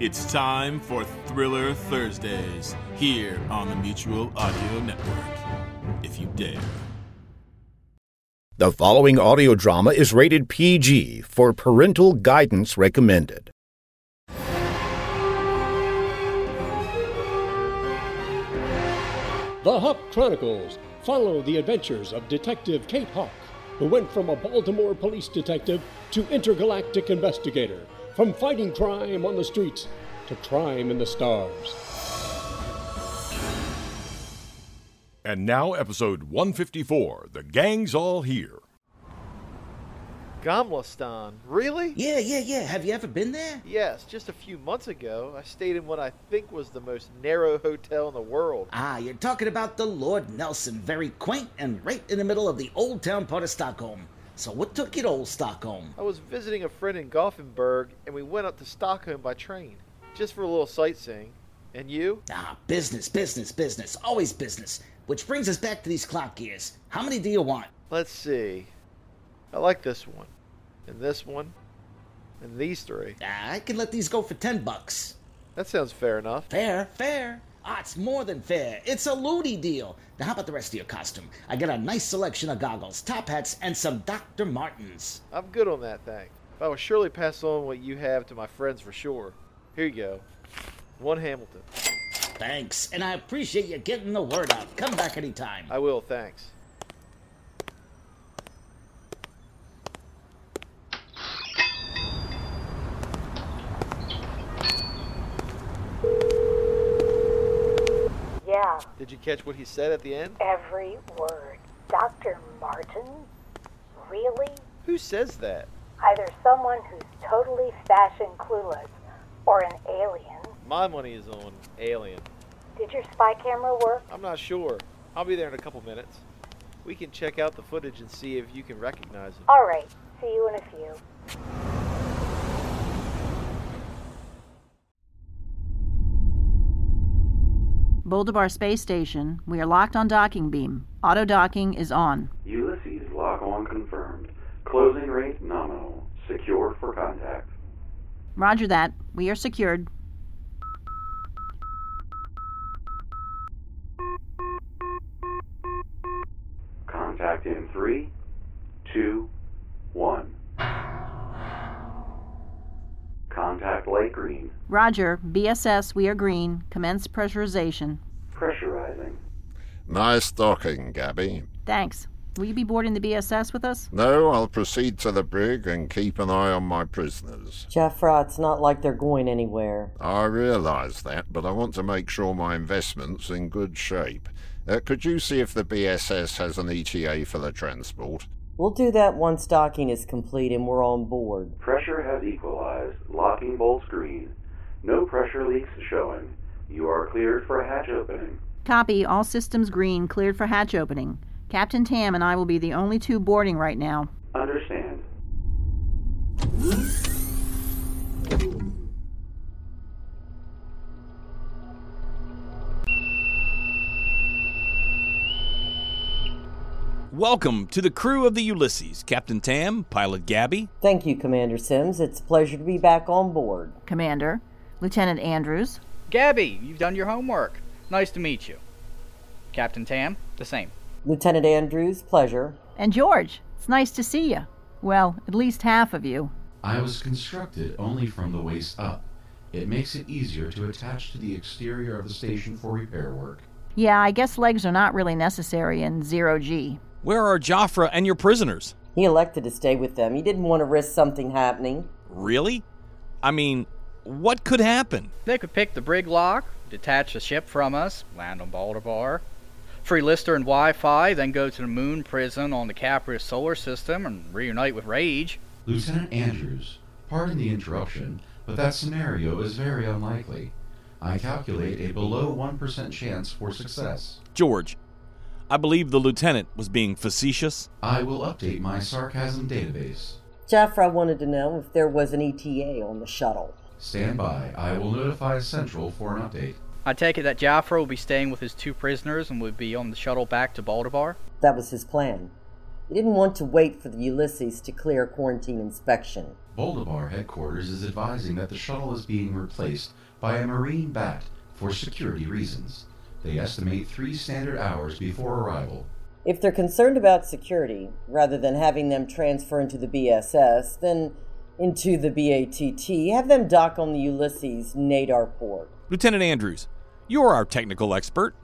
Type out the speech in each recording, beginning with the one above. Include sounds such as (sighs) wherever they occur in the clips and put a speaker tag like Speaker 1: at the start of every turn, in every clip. Speaker 1: It's time for Thriller Thursdays here on the Mutual Audio Network. If you dare.
Speaker 2: The following audio drama is rated PG for parental guidance recommended.
Speaker 3: The Hawk Chronicles follow the adventures of Detective Kate Hawk, who went from a Baltimore police detective to intergalactic investigator, from fighting crime on the streets to crime in the stars.
Speaker 4: And now, episode 154 The Gang's All Here.
Speaker 5: Gamlastan, really?
Speaker 6: Yeah, yeah, yeah. Have you ever been there?
Speaker 5: Yes, just a few months ago, I stayed in what I think was the most narrow hotel in the world.
Speaker 6: Ah, you're talking about the Lord Nelson, very quaint and right in the middle of the old town part of Stockholm. So, what took you to old Stockholm?
Speaker 5: I was visiting a friend in Gothenburg, and we went up to Stockholm by train, just for a little sightseeing. And you?
Speaker 6: Ah, business, business, business. Always business. Which brings us back to these clock gears. How many do you want?
Speaker 5: Let's see. I like this one, and this one, and these three.
Speaker 6: Ah, I can let these go for ten bucks.
Speaker 5: That sounds fair enough.
Speaker 6: Fair, fair. Ah, it's more than fair. It's a loony deal. Now, how about the rest of your costume? I got a nice selection of goggles, top hats, and some Dr. Martens.
Speaker 5: I'm good on that thing. But I will surely pass on what you have to my friends for sure. Here you go. One Hamilton.
Speaker 6: Thanks, and I appreciate you getting the word out. Come back anytime.
Speaker 5: I will, thanks.
Speaker 7: Yeah,
Speaker 5: Did you catch what he said at the end?
Speaker 7: every word. Dr. Martin? Really?
Speaker 5: Who says that?
Speaker 7: Either someone who's totally fashion clueless or an alien.
Speaker 5: My money is on Alien.
Speaker 7: Did your spy camera work?
Speaker 5: I'm not sure. I'll be there in a couple minutes. We can check out the footage and see if you can recognize it.
Speaker 7: All right, see you in a few.
Speaker 8: Boldabar Space Station, we are locked on docking beam. Auto docking is on.
Speaker 9: Ulysses lock on confirmed. Closing rate nominal. Secure for contact.
Speaker 8: Roger that. We are secured.
Speaker 9: Contact in three, two, one. Contact light green.
Speaker 8: Roger, BSS, we are green. Commence pressurization.
Speaker 9: Pressurizing.
Speaker 10: Nice docking, Gabby.
Speaker 8: Thanks. Will you be boarding the BSS with us?
Speaker 10: No, I'll proceed to the brig and keep an eye on my prisoners.
Speaker 11: Jeffra, it's not like they're going anywhere.
Speaker 10: I realise that, but I want to make sure my investment's in good shape. Uh, could you see if the BSS has an ETA for the transport?
Speaker 11: We'll do that once docking is complete and we're on board.
Speaker 9: Pressure has equalized. Locking bolts green. No pressure leaks showing. You are cleared for hatch opening.
Speaker 8: Copy, all systems green, cleared for hatch opening. Captain Tam and I will be the only two boarding right now.
Speaker 9: Understand.
Speaker 12: Welcome to the crew of the Ulysses, Captain Tam, Pilot Gabby.
Speaker 11: Thank you, Commander Sims. It's a pleasure to be back on board.
Speaker 8: Commander, Lieutenant Andrews,
Speaker 13: Gabby, you've done your homework. Nice to meet you. Captain Tam, the same.
Speaker 11: Lieutenant Andrews, pleasure.
Speaker 8: and George. It's nice to see you. Well, at least half of you.
Speaker 14: I was constructed only from the waist up. It makes it easier to attach to the exterior of the station for repair work.
Speaker 8: Yeah, I guess legs are not really necessary in zero G.
Speaker 12: Where are Joffre and your prisoners?
Speaker 11: He elected to stay with them. He didn't want to risk something happening.
Speaker 12: Really? I mean, what could happen?
Speaker 13: They could pick the brig lock, detach the ship from us, land on Baldabar, free Lister and Wi Fi, then go to the moon prison on the Capri solar system and reunite with Rage.
Speaker 14: Lieutenant Andrews, pardon the interruption, but that scenario is very unlikely. I calculate a below 1% chance for success.
Speaker 12: George, I believe the lieutenant was being facetious.
Speaker 14: I will update my sarcasm database.
Speaker 11: Jeffra wanted to know if there was an ETA on the shuttle.
Speaker 14: Stand by. I will notify Central for an update.
Speaker 13: I take it that Jaffra will be staying with his two prisoners and would be on the shuttle back to Baldabar.
Speaker 11: That was his plan. He didn't want to wait for the Ulysses to clear quarantine inspection.
Speaker 14: Boldabar headquarters is advising that the shuttle is being replaced by a marine bat for security reasons. They estimate three standard hours before arrival.
Speaker 11: If they're concerned about security, rather than having them transfer into the BSS, then into the BATT, have them dock on the Ulysses Nadar port.
Speaker 12: Lieutenant Andrews, you're our technical expert.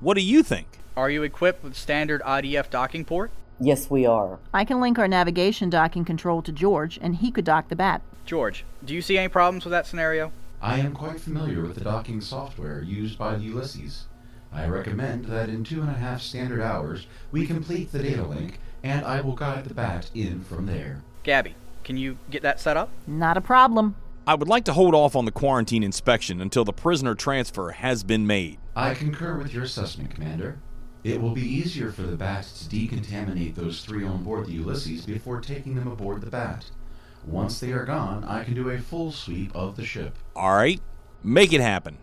Speaker 12: What do you think?
Speaker 13: Are you equipped with standard IDF docking port?
Speaker 11: Yes, we are.
Speaker 8: I can link our navigation docking control to George, and he could dock the bat.
Speaker 13: George, do you see any problems with that scenario?
Speaker 14: I am quite familiar with the docking software used by the Ulysses. I recommend that in two and a half standard hours we complete the data link, and I will guide the bat in from there.
Speaker 13: Gabby, can you get that set up?
Speaker 8: Not a problem.
Speaker 12: I would like to hold off on the quarantine inspection until the prisoner transfer has been made.
Speaker 14: I concur with your assessment, Commander. It will be easier for the bat to decontaminate those three on board the Ulysses before taking them aboard the bat. Once they are gone, I can do a full sweep of the ship.
Speaker 12: All right, make it happen.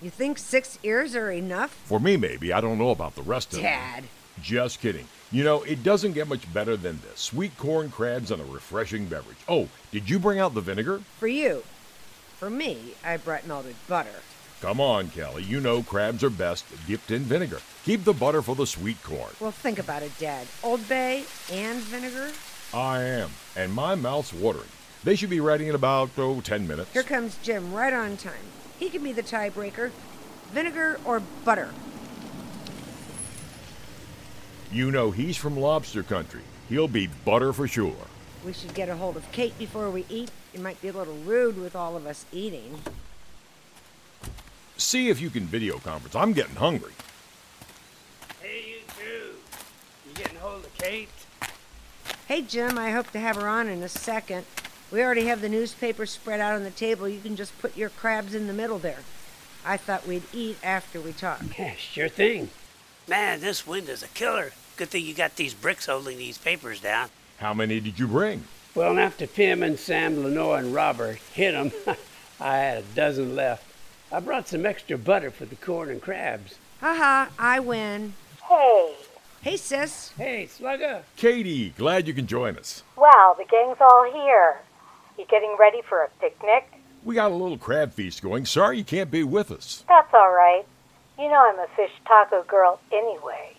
Speaker 15: You think six ears are enough?
Speaker 4: For me, maybe. I don't know about the rest of them.
Speaker 15: Dad.
Speaker 4: Just kidding. You know, it doesn't get much better than this. Sweet corn crabs and a refreshing beverage. Oh, did you bring out the vinegar?
Speaker 15: For you. For me, I brought melted butter.
Speaker 4: Come on, Kelly. You know crabs are best dipped in vinegar. Keep the butter for the sweet corn.
Speaker 15: Well, think about it, Dad. Old Bay and vinegar?
Speaker 4: I am, and my mouth's watering. They should be ready in about, oh, 10 minutes.
Speaker 15: Here comes Jim right on time. He can be the tiebreaker. Vinegar or butter?
Speaker 4: You know he's from lobster country. He'll be butter for sure.
Speaker 15: We should get a hold of Kate before we eat. It might be a little rude with all of us eating.
Speaker 4: See if you can video conference. I'm getting hungry.
Speaker 16: Hey, you two. You getting hold of Kate?
Speaker 15: Hey, Jim, I hope to have her on in a second. We already have the newspaper spread out on the table. You can just put your crabs in the middle there. I thought we'd eat after we talk.
Speaker 16: Yeah, sure thing. Man, this wind is a killer. Good thing you got these bricks holding these papers down.
Speaker 4: How many did you bring?
Speaker 16: Well, after Pim and Sam, Lenore, and Robert hit 'em, (laughs) I had a dozen left. I brought some extra butter for the corn and crabs.
Speaker 15: Haha, I win.
Speaker 7: Hey,
Speaker 15: Hey, sis.
Speaker 16: Hey, Slugger.
Speaker 4: Katie, glad you can join us.
Speaker 7: wow, the gang's all here. You getting ready for a picnic?
Speaker 4: We got a little crab feast going. Sorry you can't be with us.
Speaker 7: That's all right. You know I'm a fish taco girl anyway.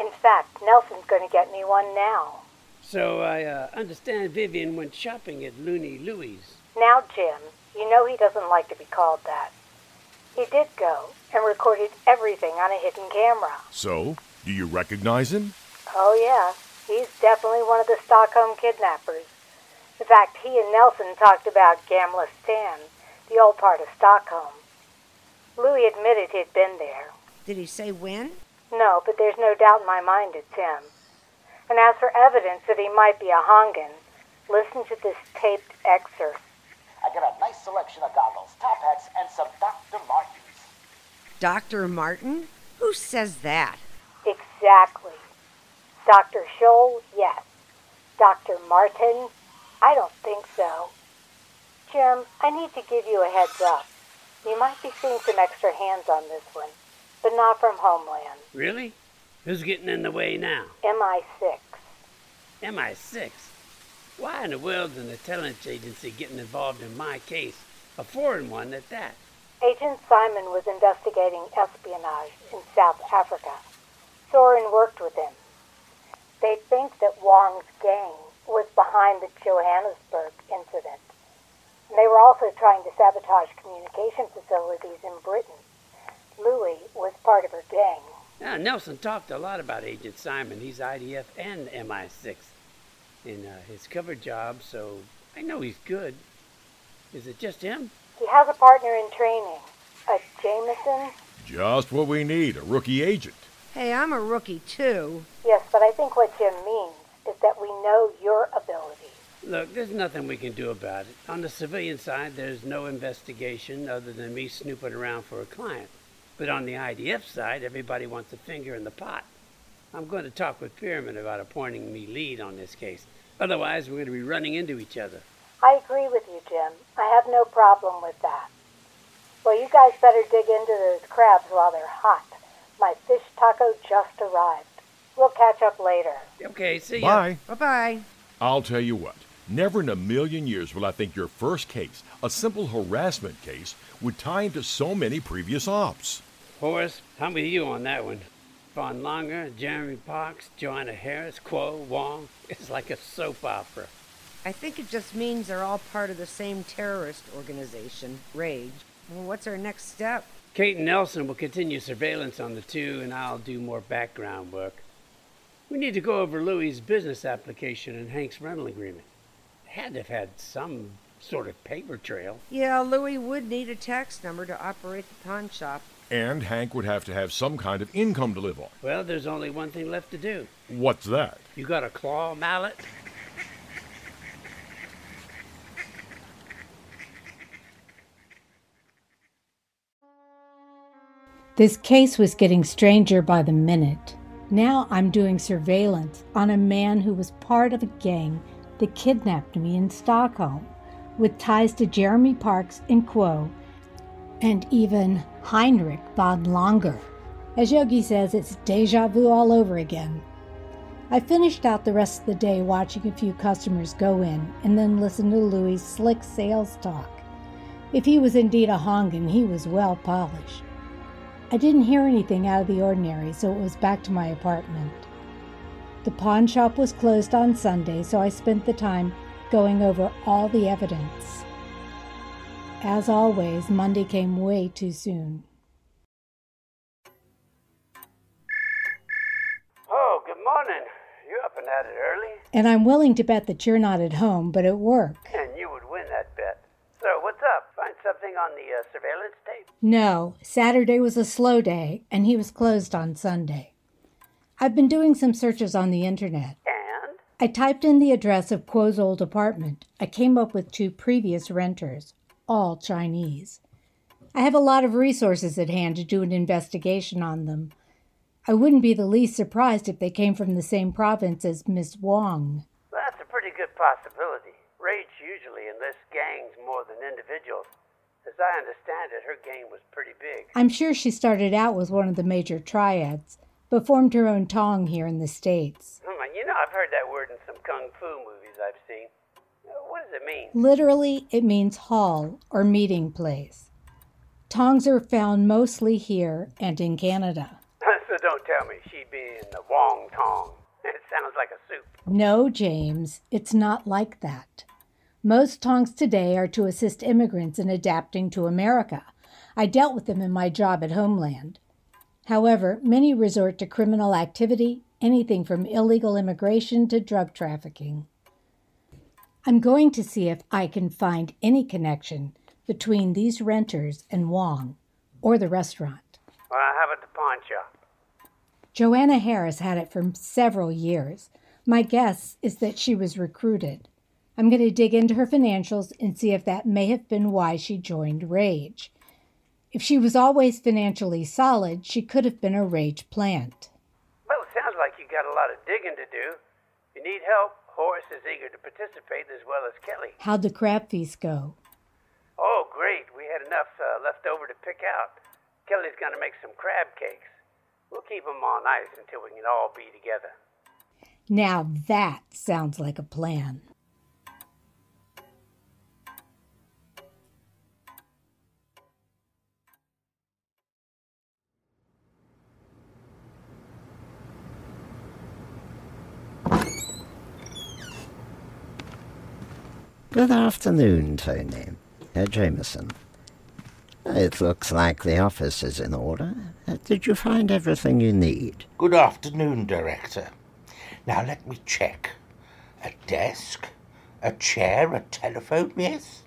Speaker 7: In fact, Nelson's going to get me one now.
Speaker 16: So I uh, understand Vivian went shopping at Looney Louie's.
Speaker 7: Now, Jim, you know he doesn't like to be called that. He did go and recorded everything on a hidden camera.
Speaker 4: So, do you recognize him?
Speaker 7: Oh, yeah, he's definitely one of the Stockholm kidnappers. In fact, he and Nelson talked about Gamla Stan, the old part of Stockholm. Louis admitted he'd been there.
Speaker 15: Did he say when?
Speaker 7: No, but there's no doubt in my mind it's him. And as for evidence that he might be a Hongan, listen to this taped excerpt.
Speaker 6: I got a nice selection of goggles, top hats, and some Dr. Martens.
Speaker 15: Dr. Martin? Who says that?
Speaker 7: Exactly. Dr. Scholl, yes. Dr. Martin, I don't think so. Jim, I need to give you a heads up. You might be seeing some extra hands on this one, but not from Homeland.
Speaker 16: Really? Who's getting in the way now?
Speaker 7: MI6.
Speaker 16: MI6? Why in the world's an intelligence agency getting involved in my case? A foreign one at that.
Speaker 7: Agent Simon was investigating espionage in South Africa. Soren worked with him. They think that Wong's gang was behind the Johannesburg incident. And they were also trying to sabotage communication facilities in Britain. Louis was part of her gang.
Speaker 16: Now, Nelson talked a lot about Agent Simon. He's IDF and MI6 in uh, his cover job, so I know he's good. Is it just him?
Speaker 7: He has a partner in training, a Jameson.
Speaker 4: Just what we need a rookie agent.
Speaker 15: Hey, I'm a rookie too.
Speaker 7: Yes, but I think what Jim means is that we know your ability.
Speaker 16: Look, there's nothing we can do about it. On the civilian side, there's no investigation other than me snooping around for a client. But on the IDF side, everybody wants a finger in the pot. I'm going to talk with Pyramid about appointing me lead on this case. Otherwise, we're going to be running into each other.
Speaker 7: I agree with you, Jim. I have no problem with that. Well, you guys better dig into those crabs while they're hot. My fish taco just arrived. We'll catch up later.
Speaker 16: Okay, see
Speaker 4: ya. Bye.
Speaker 15: Bye bye.
Speaker 4: I'll tell you what, never in a million years will I think your first case, a simple harassment case, would tie into so many previous ops.
Speaker 16: Horace, I'm with you on that one. Von Longer, Jeremy Parks, Joanna Harris, Quo, Wong. It's like a soap opera.
Speaker 15: I think it just means they're all part of the same terrorist organization, Rage. Well, what's our next step?
Speaker 16: Kate and Nelson will continue surveillance on the two, and I'll do more background work. We need to go over Louis's business application and Hank's rental agreement. They had to have had some sort of paper trail.
Speaker 15: Yeah, Louis would need a tax number to operate the pawn shop.
Speaker 4: And Hank would have to have some kind of income to live on.
Speaker 16: Well, there's only one thing left to do.
Speaker 4: What's that?
Speaker 16: You got a claw mallet?
Speaker 17: This case was getting stranger by the minute. Now I'm doing surveillance on a man who was part of a gang that kidnapped me in Stockholm, with ties to Jeremy Parks and Quo, and even Heinrich von Langer. As Yogi says, it's deja vu all over again. I finished out the rest of the day watching a few customers go in and then listened to Louis' slick sales talk. If he was indeed a Hongan, he was well polished. I didn't hear anything out of the ordinary, so it was back to my apartment. The pawn shop was closed on Sunday, so I spent the time going over all the evidence. As always, Monday came way too soon.
Speaker 16: Oh, good morning. You're up and at it early,
Speaker 17: And I'm willing to bet that you're not at home, but at work.
Speaker 16: and you would win that bet. So, what's up? Find something on the uh, surveillance tape?
Speaker 17: No, Saturday was a slow day, and he was closed on Sunday. I've been doing some searches on the internet.
Speaker 16: And?
Speaker 17: I typed in the address of Quo's old apartment. I came up with two previous renters, all Chinese. I have a lot of resources at hand to do an investigation on them. I wouldn't be the least surprised if they came from the same province as Miss Wong.
Speaker 16: Well, that's a pretty good possibility. Rage usually enlists gangs more than individuals. As I understand it, her gang was pretty big.
Speaker 17: I'm sure she started out with one of the major triads, but formed her own tong here in the States.
Speaker 16: Hmm, and you know, I've heard that word in some kung fu movies I've seen. Uh, What does it mean?
Speaker 17: Literally, it means hall or meeting place. Tongs are found mostly here and in Canada.
Speaker 16: (laughs) so don't tell me she'd be in the Wong Tong. It sounds like a soup.
Speaker 17: No, James, it's not like that. Most tongs today are to assist immigrants in adapting to America. I dealt with them in my job at Homeland. However, many resort to criminal activity, anything from illegal immigration to drug trafficking. I'm going to see if I can find any connection between these renters and Wong or the restaurant.
Speaker 16: Well, how about the pawn shop?
Speaker 17: Joanna Harris had it for several years. My guess is that she was recruited. I'm going to dig into her financials and see if that may have been why she joined Rage. If she was always financially solid, she could have been a Rage plant.
Speaker 16: Well, it sounds like you got a lot of digging to do. If you need help, Horace is eager to participate as well as Kelly.
Speaker 17: How'd the crab feast go?
Speaker 16: Oh, great. We had enough uh, left over to pick out. Kelly's going to make some crab cakes. We'll keep 'em on ice until we can all be together.
Speaker 17: Now that sounds like a plan.
Speaker 18: Good afternoon, Tony. Herr Jameson. It looks like the office is in order. Uh, Did you find everything you need?
Speaker 19: Good afternoon, Director. Now let me check. A desk, a chair, a telephone, yes?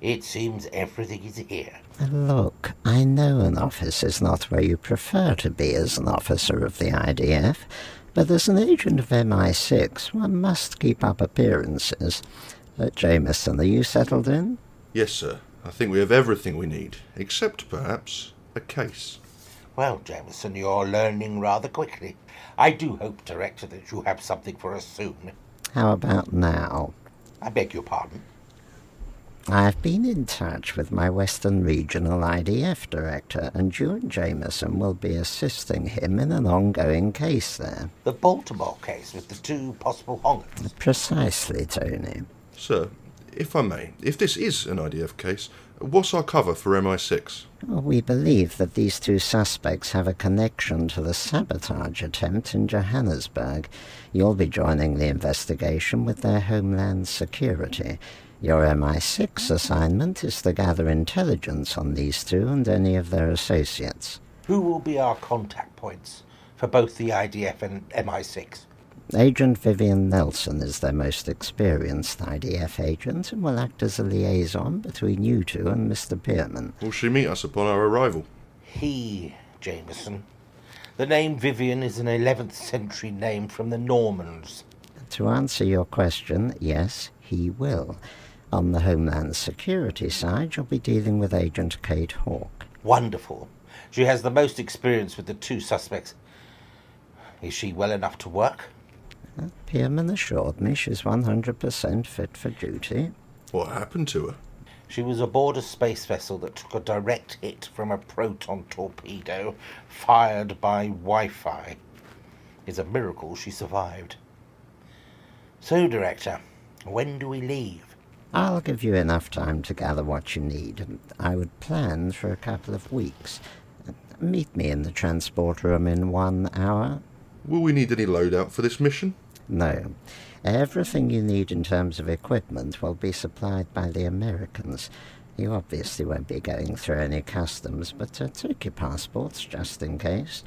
Speaker 19: It seems everything is here.
Speaker 18: Uh, Look, I know an office is not where you prefer to be as an officer of the IDF, but as an agent of MI6, one must keep up appearances. Uh, Jameson, are you settled in?
Speaker 20: Yes, sir. I think we have everything we need, except perhaps a case.
Speaker 19: Well, Jameson, you're learning rather quickly. I do hope, Director, that you have something for us soon.
Speaker 18: How about now?
Speaker 19: I beg your pardon.
Speaker 18: I've been in touch with my Western Regional IDF director, and June Jameson will be assisting him in an ongoing case there.
Speaker 19: The Baltimore case with the two possible hongers.
Speaker 18: Precisely, Tony.
Speaker 20: Sir, if I may, if this is an IDF case, what's our cover for MI6?
Speaker 18: Well, We believe that these two suspects have a connection to the sabotage attempt in Johannesburg. You'll be joining the investigation with their Homeland Security. Your MI6 assignment is to gather intelligence on these two and any of their associates.
Speaker 19: Who will be our contact points for both the IDF and MI6?
Speaker 18: Agent Vivian Nelson is their most experienced IDF agent and will act as a liaison between you two and Mr. Pierman.
Speaker 20: Will she meet us upon our arrival?
Speaker 19: He, Jameson. The name Vivian is an 11th century name from the Normans.
Speaker 18: To answer your question, yes, he will. On the Homeland Security side, you'll be dealing with Agent Kate Hawke.
Speaker 19: Wonderful. She has the most experience with the two suspects. Is she well enough to work?
Speaker 18: Pierman Uh, assured me she's 100% fit for duty.
Speaker 20: What happened to her?
Speaker 19: She was aboard a space vessel that took a direct hit from a proton torpedo fired by Wi Fi. It's a miracle she survived. So, Director, when do we leave?
Speaker 18: I'll give you enough time to gather what you need. I would plan for a couple of weeks. Meet me in the transport room in one hour.
Speaker 20: Will we need any loadout for this mission?
Speaker 18: No. Everything you need in terms of equipment will be supplied by the Americans. You obviously won't be going through any customs, but uh, take your passports just in case.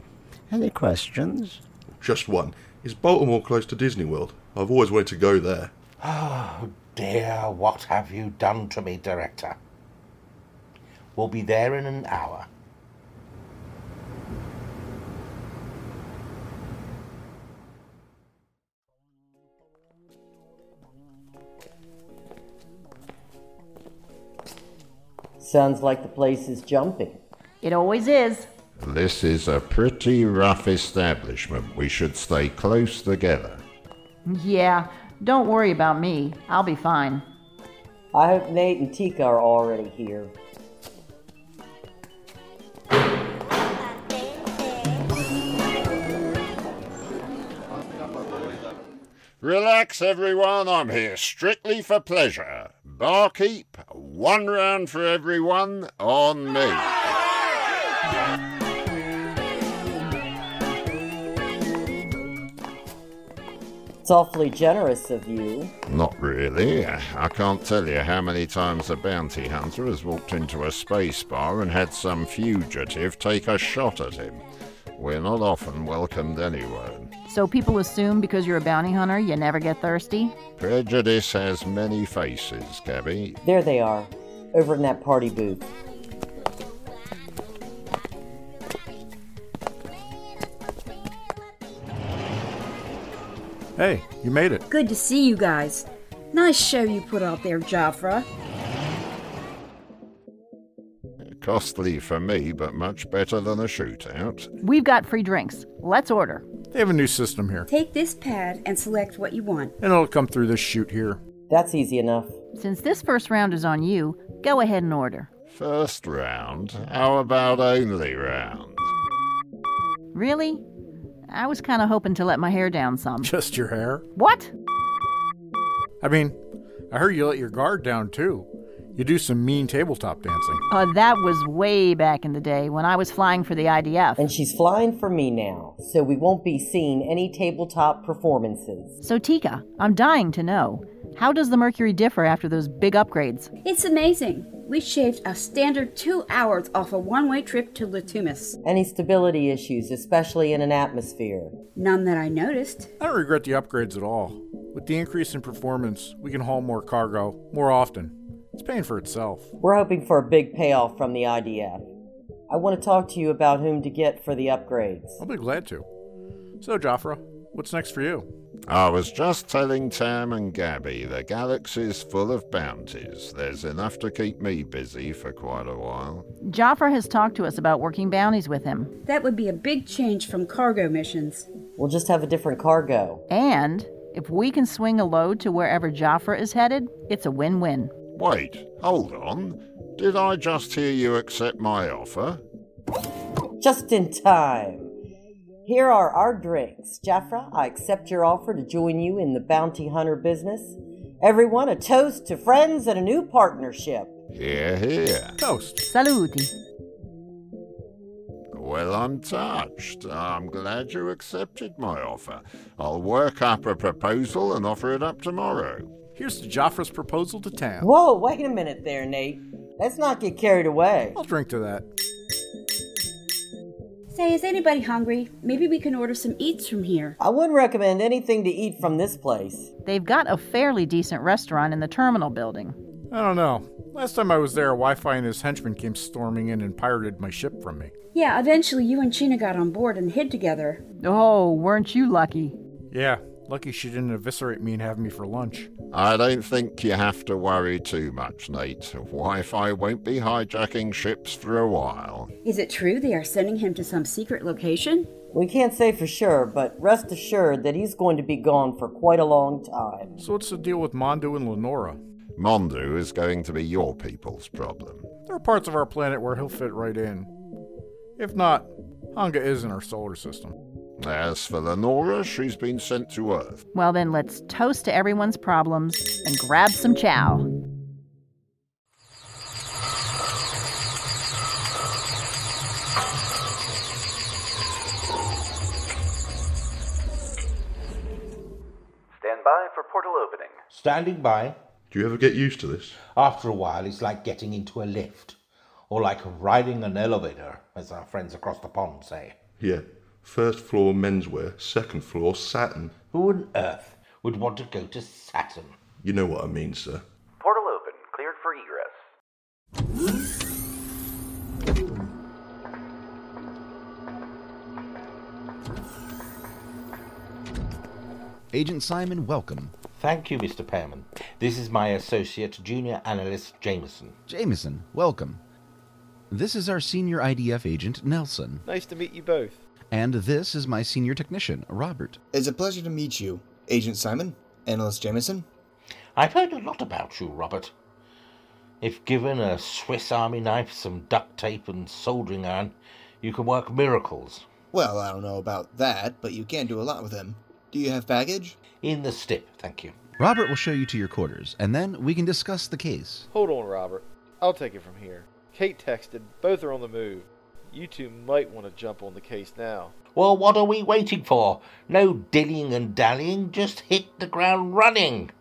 Speaker 18: Any questions?
Speaker 20: Just one. Is Baltimore close to Disney World? I've always wanted to go there.
Speaker 19: Oh dear, what have you done to me, Director? We'll be there in an hour.
Speaker 11: Sounds like the place is jumping.
Speaker 8: It always is.
Speaker 10: This is a pretty rough establishment. We should stay close together.
Speaker 8: Yeah, don't worry about me. I'll be fine.
Speaker 11: I hope Nate and Tika are already here.
Speaker 10: Relax, everyone. I'm here strictly for pleasure. Barkeep, one round for everyone on me.
Speaker 11: It's awfully generous of you.
Speaker 10: Not really. I can't tell you how many times a bounty hunter has walked into a space bar and had some fugitive take a shot at him. We're not often welcomed anywhere.
Speaker 8: So people assume because you're a bounty hunter, you never get thirsty?
Speaker 10: Prejudice has many faces, Cabby.
Speaker 11: There they are, over in that party booth.
Speaker 21: Hey, you made it.
Speaker 22: Good to see you guys. Nice show you put out there, Jafra.
Speaker 10: Costly for me, but much better than a shootout.
Speaker 8: We've got free drinks. Let's order.
Speaker 21: They have a new system here,
Speaker 22: Take this pad and select what you want.
Speaker 21: and it'll come through this chute here.
Speaker 11: That's easy enough.
Speaker 8: Since this first round is on you, go ahead and order.
Speaker 10: First round? How about only round?
Speaker 8: Really? I was kind of hoping to let my hair down some.
Speaker 21: Just your hair?
Speaker 8: What?
Speaker 21: I mean, I heard you let your guard down too. You do some mean tabletop dancing.
Speaker 8: Uh, that was way back in the day when I was flying for the IDF.
Speaker 11: And she's flying for me now, so we won't be seeing any tabletop performances.
Speaker 8: So, Tika, I'm dying to know. How does the Mercury differ after those big upgrades?
Speaker 22: It's amazing. We shaved a standard two hours off a one way trip to Latumis.
Speaker 11: Any stability issues, especially in an atmosphere.
Speaker 22: None that I noticed.
Speaker 21: I don't regret the upgrades at all. With the increase in performance, we can haul more cargo more often. It's paying for itself.
Speaker 11: We're hoping for a big payoff from the IDF. I want to talk to you about whom to get for the upgrades.
Speaker 21: I'll be glad to. So, Jafra, what's next for you?
Speaker 10: I was just telling Tam and Gabby the galaxy's full of bounties. There's enough to keep me busy for quite a while.
Speaker 8: Joffre has talked to us about working bounties with him.
Speaker 22: That would be a big change from cargo missions.
Speaker 11: We'll just have a different cargo.
Speaker 8: And if we can swing a load to wherever Joffre is headed, it's a win win.
Speaker 10: Wait, hold on. Did I just hear you accept my offer?
Speaker 11: Just in time. Here are our drinks. Jaffra, I accept your offer to join you in the bounty hunter business. Everyone, a toast to friends and a new partnership.
Speaker 10: Here, here.
Speaker 11: Toast.
Speaker 8: Saluti.
Speaker 10: Well, I'm touched. I'm glad you accepted my offer. I'll work up a proposal and offer it up tomorrow.
Speaker 21: Here's to Joffre's proposal to town.
Speaker 11: Whoa, wait a minute there, Nate. Let's not get carried away.
Speaker 21: I'll drink to that.
Speaker 22: Say, is anybody hungry? Maybe we can order some e- eats from here.
Speaker 11: I wouldn't recommend anything to eat from this place.
Speaker 8: They've got a fairly decent restaurant in the terminal building.
Speaker 21: I don't know. Last time I was there, Wi Fi and his henchmen came storming in and pirated my ship from me.
Speaker 22: Yeah, eventually you and Chyna got on board and hid together.
Speaker 8: Oh, weren't you lucky?
Speaker 21: Yeah, lucky she didn't eviscerate me and have me for lunch.
Speaker 10: I don't think you have to worry too much, Nate. Wi Fi won't be hijacking ships for a while.
Speaker 22: Is it true they are sending him to some secret location?
Speaker 11: We can't say for sure, but rest assured that he's going to be gone for quite a long time.
Speaker 21: So, what's the deal with Mondo and Lenora?
Speaker 10: Mondu is going to be your people's problem.
Speaker 21: There are parts of our planet where he'll fit right in. If not, Hanga is in our solar system.
Speaker 10: As for Lenora, she's been sent to Earth.
Speaker 8: Well, then let's toast to everyone's problems and grab some chow.
Speaker 1: Stand by for portal opening.
Speaker 19: Standing by.
Speaker 20: Do you ever get used to this?
Speaker 19: After a while, it's like getting into a lift, or like riding an elevator, as our friends across the pond say.
Speaker 20: Yeah. First floor menswear, second floor satin.
Speaker 19: Who on earth would want to go to Saturn?
Speaker 20: You know what I mean, sir.
Speaker 1: Portal open, cleared for egress.
Speaker 19: Agent Simon, welcome. Thank you, Mr. Pearman. This is my associate, Junior Analyst Jameson.
Speaker 2: Jameson, welcome. This is our senior IDF agent, Nelson,
Speaker 5: (sighs) Nice to meet you both.
Speaker 2: and this is my senior technician, Robert.
Speaker 23: It's a pleasure to meet you, Agent Simon, Analyst Jameson.
Speaker 19: I've heard a lot about you, Robert. If given a Swiss Army knife, some duct tape, and soldering iron, you can work miracles.
Speaker 23: Well, I don't know about that, but you can do a lot with them. Do you have baggage?
Speaker 19: In the stip, thank you.
Speaker 2: Robert will show you to your quarters, and then we can discuss the case.
Speaker 5: Hold on, Robert. I'll take it from here. Kate texted. Both are on the move. You two might want to jump on the case now.
Speaker 19: Well, what are we waiting for? No dillying and dallying, just hit the ground running.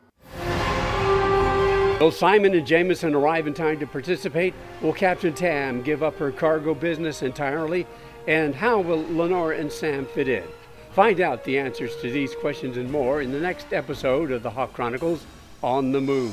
Speaker 24: Will Simon and Jameson arrive in time to participate? Will Captain Tam give up her cargo business entirely? And how will Lenore and Sam fit in? Find out the answers to these questions and more in the next episode of the Hawk Chronicles on the Move.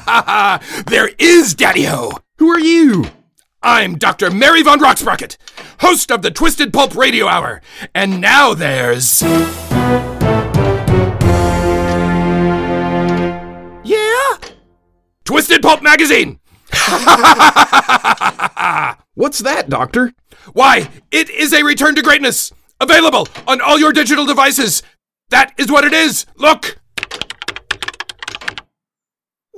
Speaker 25: there is, Daddy Ho! Who are you? I'm Dr. Mary Von Rocksprocket, host of the Twisted Pulp Radio Hour. And now there's.
Speaker 26: Yeah?
Speaker 25: Twisted Pulp Magazine! (laughs) What's that, Doctor? Why, it is a return to greatness! Available on all your digital devices! That is what it is! Look!
Speaker 26: Whoa,